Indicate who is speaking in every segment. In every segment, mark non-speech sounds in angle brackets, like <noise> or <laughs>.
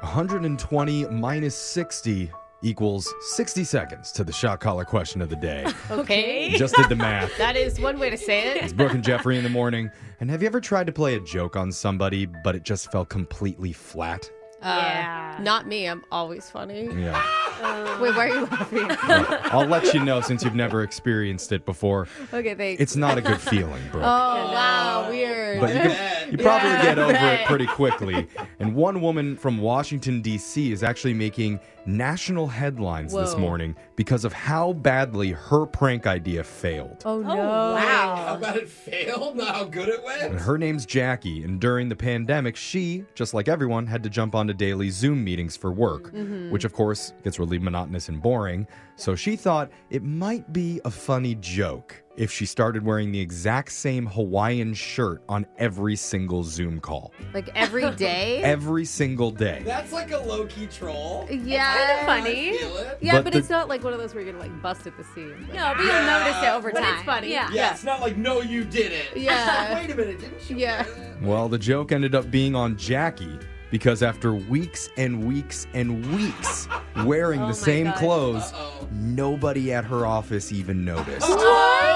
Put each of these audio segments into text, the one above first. Speaker 1: 120 minus 60 equals 60 seconds to the shot collar question of the day.
Speaker 2: Okay.
Speaker 1: Just did the math.
Speaker 2: that is one way to say <laughs>
Speaker 1: It's
Speaker 2: it.
Speaker 1: Brooke and Jeffrey in the morning. And have you ever tried to play a joke on somebody, but it just fell completely flat?
Speaker 2: Uh, Not me. I'm always funny.
Speaker 1: Yeah.
Speaker 2: Wait, why are you <laughs> laughing?
Speaker 1: I'll let you know since you've never experienced it before.
Speaker 2: okay, thanks.
Speaker 1: It's not a good feeling, Brooke.
Speaker 2: oh, wow. Weird.
Speaker 1: But you, can, you probably
Speaker 2: Yeah,
Speaker 1: get over
Speaker 2: right.
Speaker 1: it pretty quickly. And one woman from Washington, D.C. is actually making national headlines this
Speaker 2: Whoa.
Speaker 1: morning because of how badly her prank idea failed.
Speaker 2: oh, no.
Speaker 3: How
Speaker 2: Um,
Speaker 3: about it failed? Not how good it
Speaker 1: And
Speaker 3: went?
Speaker 1: her name's Jackie, and during the pandemic, she, just like everyone, had to jump onto daily Zoom meetings for work,
Speaker 2: Mm-hmm.
Speaker 1: which of course gets really monotonous and boring. So she thought it might be a funny joke if she started wearing the exact same Hawaiian shirt on every single Zoom call,
Speaker 2: Like
Speaker 1: <laughs>
Speaker 2: every day?
Speaker 1: every single day.
Speaker 3: That's like a low key troll.
Speaker 2: yeah.
Speaker 3: I
Speaker 4: funny.
Speaker 3: feel it.
Speaker 2: Yeah,
Speaker 1: But
Speaker 2: but,
Speaker 1: the-
Speaker 2: it's not like one of those where you're going to like bust at the seam. Like, "Ah,"
Speaker 4: No, but you'll
Speaker 3: Yeah.
Speaker 4: notice it over
Speaker 2: But it's
Speaker 4: time.
Speaker 2: funny.
Speaker 4: Yeah.
Speaker 3: Yeah, it's not like, no, you did <laughs> it.
Speaker 2: Yeah.
Speaker 3: Wait a minute, didn't you?
Speaker 2: Yeah.
Speaker 1: Well, the joke ended up being on Jackie because after weeks and weeks and weeks wearing the same
Speaker 2: gosh.
Speaker 1: clothes,
Speaker 3: Uh-oh.
Speaker 1: nobody at her office even noticed.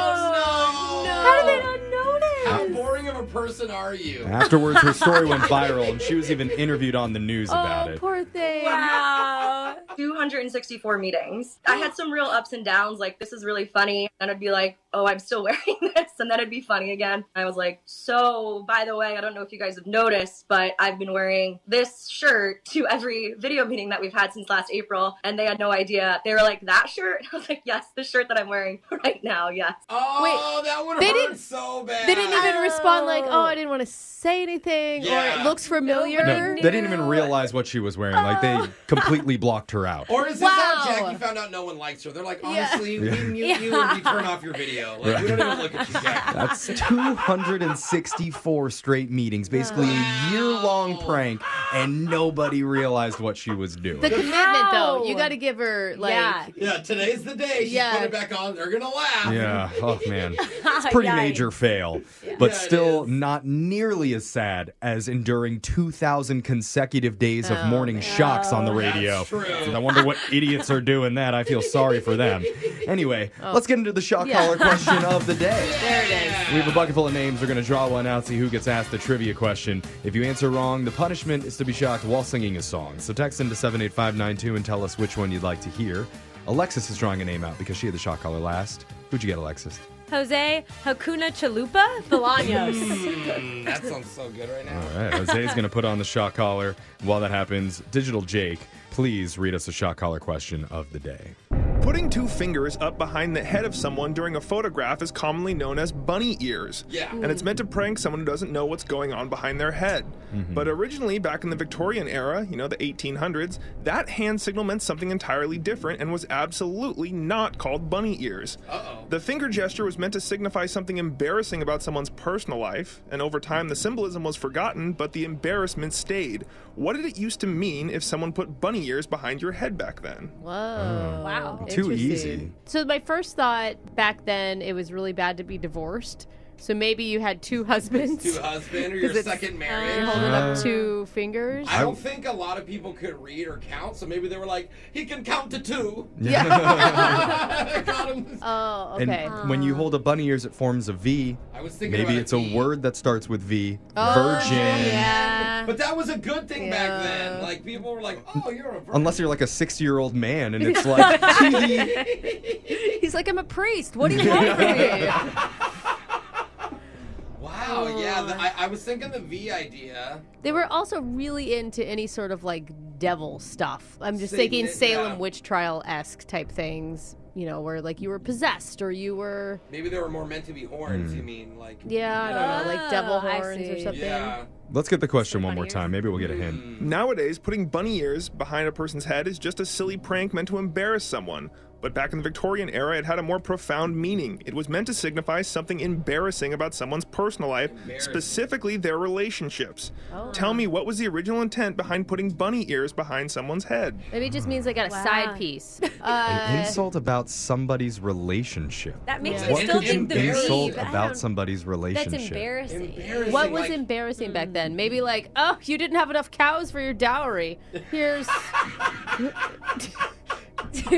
Speaker 3: Oh, no.
Speaker 2: How did they
Speaker 4: not notice?
Speaker 3: How boring of a person are you?
Speaker 1: Afterwards, her story went viral and she was even interviewed on the news about
Speaker 2: Oh,
Speaker 1: it.
Speaker 2: poor thing.
Speaker 4: Wow.
Speaker 5: 264 meetings. I had some real ups and downs, like, this is really funny. And I'd be like, oh, I'm still <laughs> wearing this. And then it'd be funny again. I was like, so, by the way, I don't know if you guys have noticed, but I've been wearing this shirt to every video meeting that we've had since last April. And they had no idea. They were like, that shirt? <laughs> And I was like, yes, the shirt that I'm wearing <laughs> right now. Yes.
Speaker 3: Oh, that would
Speaker 2: they
Speaker 3: hurt
Speaker 2: didn't-
Speaker 3: so bad.
Speaker 2: <laughs> They didn't even respond like,
Speaker 4: Oh.
Speaker 2: "Oh, I didn't want to say anything," or
Speaker 3: Yeah.
Speaker 2: "It looks familiar."
Speaker 1: No, they didn't even realize what she was wearing. Like, they completely blocked her out.
Speaker 3: Or is this
Speaker 2: Wow.
Speaker 3: how Jackie found out no one likes her? They're like,
Speaker 2: Yeah.
Speaker 3: honestly,
Speaker 1: Yeah.
Speaker 3: we mute you and we turn off your video. Like, we don't even look at you, Jackie.
Speaker 1: That's 264 straight meetings, basically a year long prank, and nobody realized what she was doing.
Speaker 2: the commitment, though,
Speaker 4: How?
Speaker 2: you got to give her like.
Speaker 4: Yeah.
Speaker 3: Yeah, today's the day. She's
Speaker 2: Yeah.
Speaker 3: put it back on. They're gonna laugh.
Speaker 1: Yeah. Oh man. It's a pretty
Speaker 4: Yikes.
Speaker 1: major fail, but
Speaker 3: Yeah, it
Speaker 1: still
Speaker 3: is.
Speaker 1: not nearly as sad as enduring 2,000 consecutive days of morning shocks on the radio.
Speaker 3: That's true.
Speaker 1: And I wonder what idiots are doing that. I feel sorry for <laughs> them. Anyway, let's get into the shock
Speaker 2: Yeah.
Speaker 1: collar question of the day.
Speaker 2: There it is.
Speaker 1: We have a bucket full of names. We're going to draw one out, see who gets asked the trivia question. If you answer wrong, the punishment is to be shocked while singing a song. So text into 78592 and tell us which one you'd like to hear. Alexis is drawing a name out because she had the shock collar last. Who'd you get, Alexis?
Speaker 4: Jose Hakuna Chalupa Bolaños.
Speaker 3: Mm, that sounds so good right now.
Speaker 1: All right, Jose's going to put on the shock collar. While that happens, Digital Jake, please read us a shock collar question of the day.
Speaker 6: Putting two fingers up behind the head of someone during a photograph is commonly known as bunny ears.
Speaker 3: Yeah.
Speaker 6: And it's meant to prank someone who doesn't know what's going on behind their head. But originally, back in the Victorian era, you know, the 1800s, that hand signal meant something entirely different and was absolutely not called bunny ears.
Speaker 3: Uh-oh.
Speaker 6: The finger gesture was meant to signify something embarrassing about someone's personal life, and over time the symbolism was forgotten, but the embarrassment stayed. What did it used to mean if someone put bunny ears behind your head back then?
Speaker 2: Whoa.
Speaker 4: Wow.
Speaker 1: Too
Speaker 2: Interesting.
Speaker 1: easy.
Speaker 2: So my first thought back then, it was really bad to be divorced. So maybe you had two husbands
Speaker 3: Two husband or your
Speaker 2: 'Cause it's- um,
Speaker 3: second
Speaker 2: and
Speaker 3: marriage.
Speaker 2: <laughs> holding up two fingers. <laughs>
Speaker 3: I don't think a lot of people could read or count, so maybe they were like, he can count
Speaker 1: <laughs>
Speaker 3: to two. <laughs> I got him.
Speaker 2: oh,
Speaker 1: And
Speaker 2: okay.
Speaker 1: when you hold a bunny ears, it forms a V.
Speaker 3: I was thinking
Speaker 1: Maybe
Speaker 3: about
Speaker 1: it's a
Speaker 3: V.
Speaker 1: word that starts with V.
Speaker 2: Oh,
Speaker 1: Virgin.
Speaker 2: Yeah.
Speaker 3: But that was a good thing back then.
Speaker 2: Yeah.
Speaker 3: Like people were like, "Oh, you're a virgin."
Speaker 1: Unless you're like a 60 year old man
Speaker 2: <laughs>
Speaker 1: and it's like, "Gee."
Speaker 4: He's like, I'm a priest. What do you want from me?
Speaker 3: wow, yeah. The, I, I was thinking the V idea.
Speaker 2: They were also really into any sort of like devil stuff. I'm just
Speaker 3: Satan,
Speaker 2: thinking
Speaker 3: yeah.
Speaker 2: Salem witch trial esque type things, you know, where like you were possessed or you were,
Speaker 3: Maybe they were more meant to be
Speaker 1: Hmm.
Speaker 3: horns. You mean like?
Speaker 2: yeah, I don't know, like devil
Speaker 4: Oh, I
Speaker 2: horns or
Speaker 4: see.
Speaker 2: something.
Speaker 3: Yeah.
Speaker 1: let's get the question one more
Speaker 4: ears.
Speaker 1: time. Maybe we'll get a hint.
Speaker 6: Nowadays, putting bunny ears behind a person's head is just a silly prank meant to embarrass someone. But back in the Victorian era, it had a more profound meaning. It was meant to signify something embarrassing about someone's personal life, specifically their relationships. Tell me, what was the original intent behind putting bunny ears behind someone's head?
Speaker 2: Maybe it just means they got a
Speaker 4: Wow.
Speaker 2: side
Speaker 4: <laughs>
Speaker 2: piece.
Speaker 1: An
Speaker 2: Uh,
Speaker 1: insult about somebody's relationship.
Speaker 4: That makes
Speaker 3: Yeah.
Speaker 4: me still
Speaker 3: What could
Speaker 4: think the
Speaker 3: you
Speaker 1: insult
Speaker 4: bee, but I
Speaker 1: about
Speaker 4: don't-
Speaker 1: somebody's
Speaker 4: That's
Speaker 1: relationship.
Speaker 4: embarrassing.
Speaker 3: Embarrassing,
Speaker 2: what was
Speaker 3: like-
Speaker 2: embarrassing back then? Maybe
Speaker 4: Hmm.
Speaker 2: like, oh, you didn't have enough cows for your dowry. Here's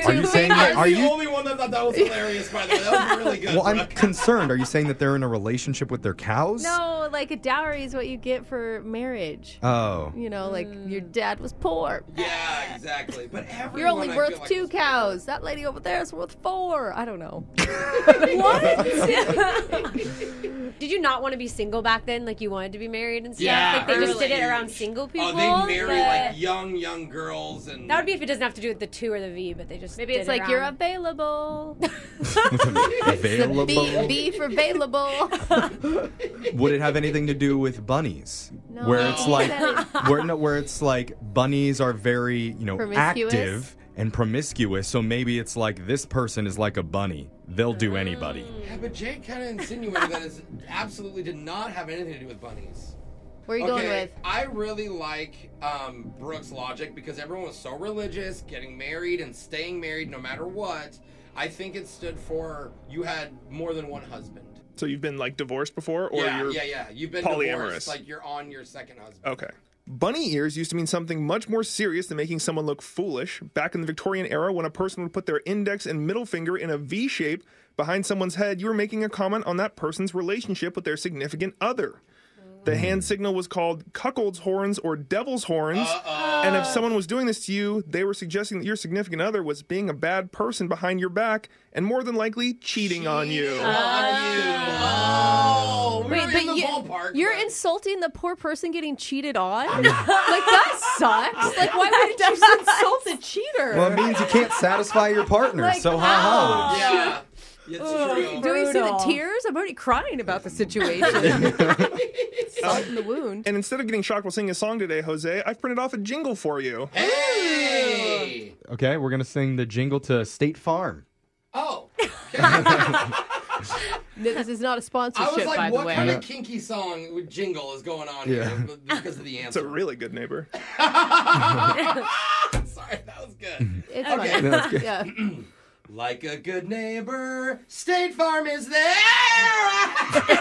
Speaker 1: Are you saying that?
Speaker 2: <laughs>
Speaker 3: I'm
Speaker 1: Are
Speaker 3: the
Speaker 1: you?
Speaker 3: only one that thought that was hilarious, by the way. That was really
Speaker 1: <laughs>
Speaker 3: good.
Speaker 1: Well, I'm
Speaker 3: Brooke.
Speaker 1: concerned. Are you saying that they're in a relationship with their cows?
Speaker 2: no, like a dowry is what you get for marriage.
Speaker 4: <laughs>
Speaker 1: Oh.
Speaker 2: you know, like your
Speaker 4: Hmm.
Speaker 2: dad was poor.
Speaker 3: Yeah, exactly. But everyone,
Speaker 2: You're only
Speaker 3: I feel
Speaker 2: worth
Speaker 3: like,
Speaker 2: two
Speaker 3: was-
Speaker 2: cows. That lady over there is worth four. I don't know.
Speaker 3: <laughs>
Speaker 4: Did you not want to be single back then? Like you wanted to be married and stuff?
Speaker 3: Yeah,
Speaker 4: like they just did it
Speaker 3: early.
Speaker 4: around single people?
Speaker 3: Oh, they marry
Speaker 4: but-
Speaker 3: like young, young girls, and
Speaker 4: That would be if it doesn't have to do with the two or the V, but they just
Speaker 2: Maybe it's like you're available.
Speaker 1: Available.
Speaker 2: B, B for
Speaker 4: <laughs>
Speaker 2: available.
Speaker 1: Would it have anything to do with bunnies?
Speaker 2: No,
Speaker 1: where
Speaker 2: I
Speaker 1: it's
Speaker 2: think
Speaker 1: like <laughs>
Speaker 2: that
Speaker 1: where no, where it's like bunnies are very, you know,
Speaker 2: Promiscuous?
Speaker 1: active and promiscuous, so maybe it's like this person is like a bunny. They'll do anybody.
Speaker 3: Yeah, but Jake kind of insinuated that it absolutely did not have anything to do with bunnies.
Speaker 2: Where are you going with?
Speaker 3: I really like um, Brooke's logic because everyone was so religious, getting married and staying married no matter what. I think it stood for you had more than one husband.
Speaker 6: So you've been like divorced before, or
Speaker 3: yeah,
Speaker 6: you're
Speaker 3: yeah, yeah. You've been
Speaker 6: polyamorous.
Speaker 3: divorced, like you're on your second husband.
Speaker 6: Okay. Bunny ears used to mean something much more serious than making someone look foolish. Back in the Victorian era, when a person would put their index and middle finger in a V shape behind someone's head, you were making a comment on that person's relationship with their significant other. The hand signal was called cuckold's horns or devil's horns. And if someone was doing this to you, they were suggesting that your significant other was being a bad person behind your back and more than likely cheating on you.
Speaker 3: On you. Oh, we were in the ballpark.
Speaker 2: you're
Speaker 3: but-
Speaker 2: insulting the poor person getting cheated
Speaker 3: <laughs>
Speaker 2: on? like, that sucks. Like, why would you just insult a cheater?
Speaker 1: Well, it means you can't satisfy your partner.
Speaker 2: Like,
Speaker 1: so ha ha.
Speaker 3: Yeah, it's true.
Speaker 2: Do we see the
Speaker 4: Brutal.
Speaker 2: tears? I'm already crying about the situation.
Speaker 1: <laughs>
Speaker 2: Salt in the wound.
Speaker 6: And instead of getting shocked while singing a song today, Jose, I've printed off a jingle for you.
Speaker 3: Hey.
Speaker 1: Okay, we're gonna sing the jingle to State Farm.
Speaker 3: Oh,
Speaker 2: No, This is not a
Speaker 3: I
Speaker 2: sponsorship,
Speaker 3: was
Speaker 2: by
Speaker 3: like,
Speaker 2: the
Speaker 3: what
Speaker 2: way.
Speaker 3: kind of kinky song with jingle is going on here
Speaker 1: Yeah.
Speaker 3: b- because of the
Speaker 6: It's a
Speaker 3: answer?
Speaker 6: really good neighbor.
Speaker 3: Sorry, that was good.
Speaker 2: It's fine. Yeah.
Speaker 3: <clears throat> Like a good neighbor, State Farm is there. <laughs> it's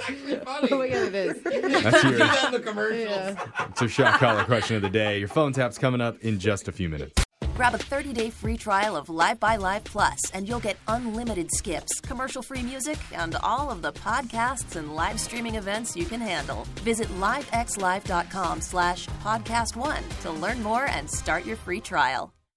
Speaker 3: actually funny.
Speaker 2: <laughs> Oh my God, it is.
Speaker 1: That's
Speaker 3: Do
Speaker 1: your,
Speaker 3: that in the commercials.
Speaker 2: Yeah.
Speaker 1: that's your shot collar question of the day. Your phone tap's coming up in just a few minutes.
Speaker 7: Grab a 30-day free trial of Live by Live Plus, and you'll get unlimited skips, commercial-free music, and all of the podcasts and live streaming events you can handle. Visit livexlive.com slash podcast one to learn more and start your free trial.